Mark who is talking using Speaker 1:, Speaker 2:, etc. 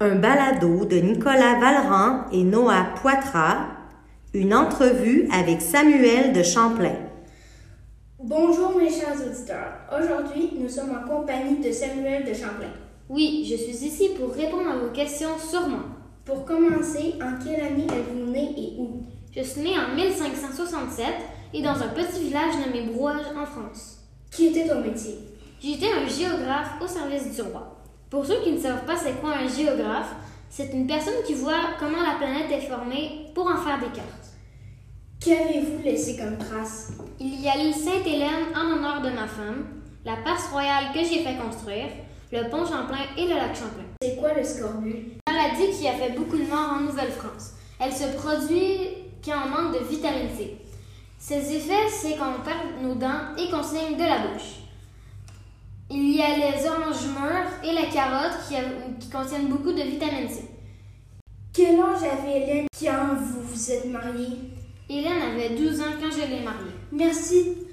Speaker 1: un balado de Nicolas Valran et Noah Poitras, une entrevue avec Samuel de Champlain.
Speaker 2: Bonjour mes chers auditeurs. Aujourd'hui, nous sommes en compagnie de Samuel de Champlain.
Speaker 3: Oui, je suis ici pour répondre à vos questions sur moi.
Speaker 2: Pour commencer, en quelle année êtes-vous né et où
Speaker 3: Je suis né en 1567 et dans un petit village nommé Brouage en France.
Speaker 2: Qui était ton métier
Speaker 3: J'étais un géographe au service du roi. Pour ceux qui ne savent pas c'est quoi un géographe, c'est une personne qui voit comment la planète est formée pour en faire des cartes.
Speaker 2: Qu'avez-vous laissé comme trace
Speaker 3: Il y a l'île Sainte-Hélène en honneur de ma femme, la passe royale que j'ai fait construire, le pont Champlain et le lac Champlain.
Speaker 2: C'est quoi le scorbut
Speaker 3: Une maladie qui a fait beaucoup de morts en Nouvelle-France. Elle se produit quand on manque de vitamine C. Ses effets, c'est qu'on perd nos dents et qu'on saigne de la bouche. Il y a les oranges mûres et la carotte qui, a- qui contiennent beaucoup de vitamine C.
Speaker 2: Quel âge avait Hélène quand vous vous êtes mariés
Speaker 3: Hélène avait 12 ans quand je l'ai mariée.
Speaker 2: Merci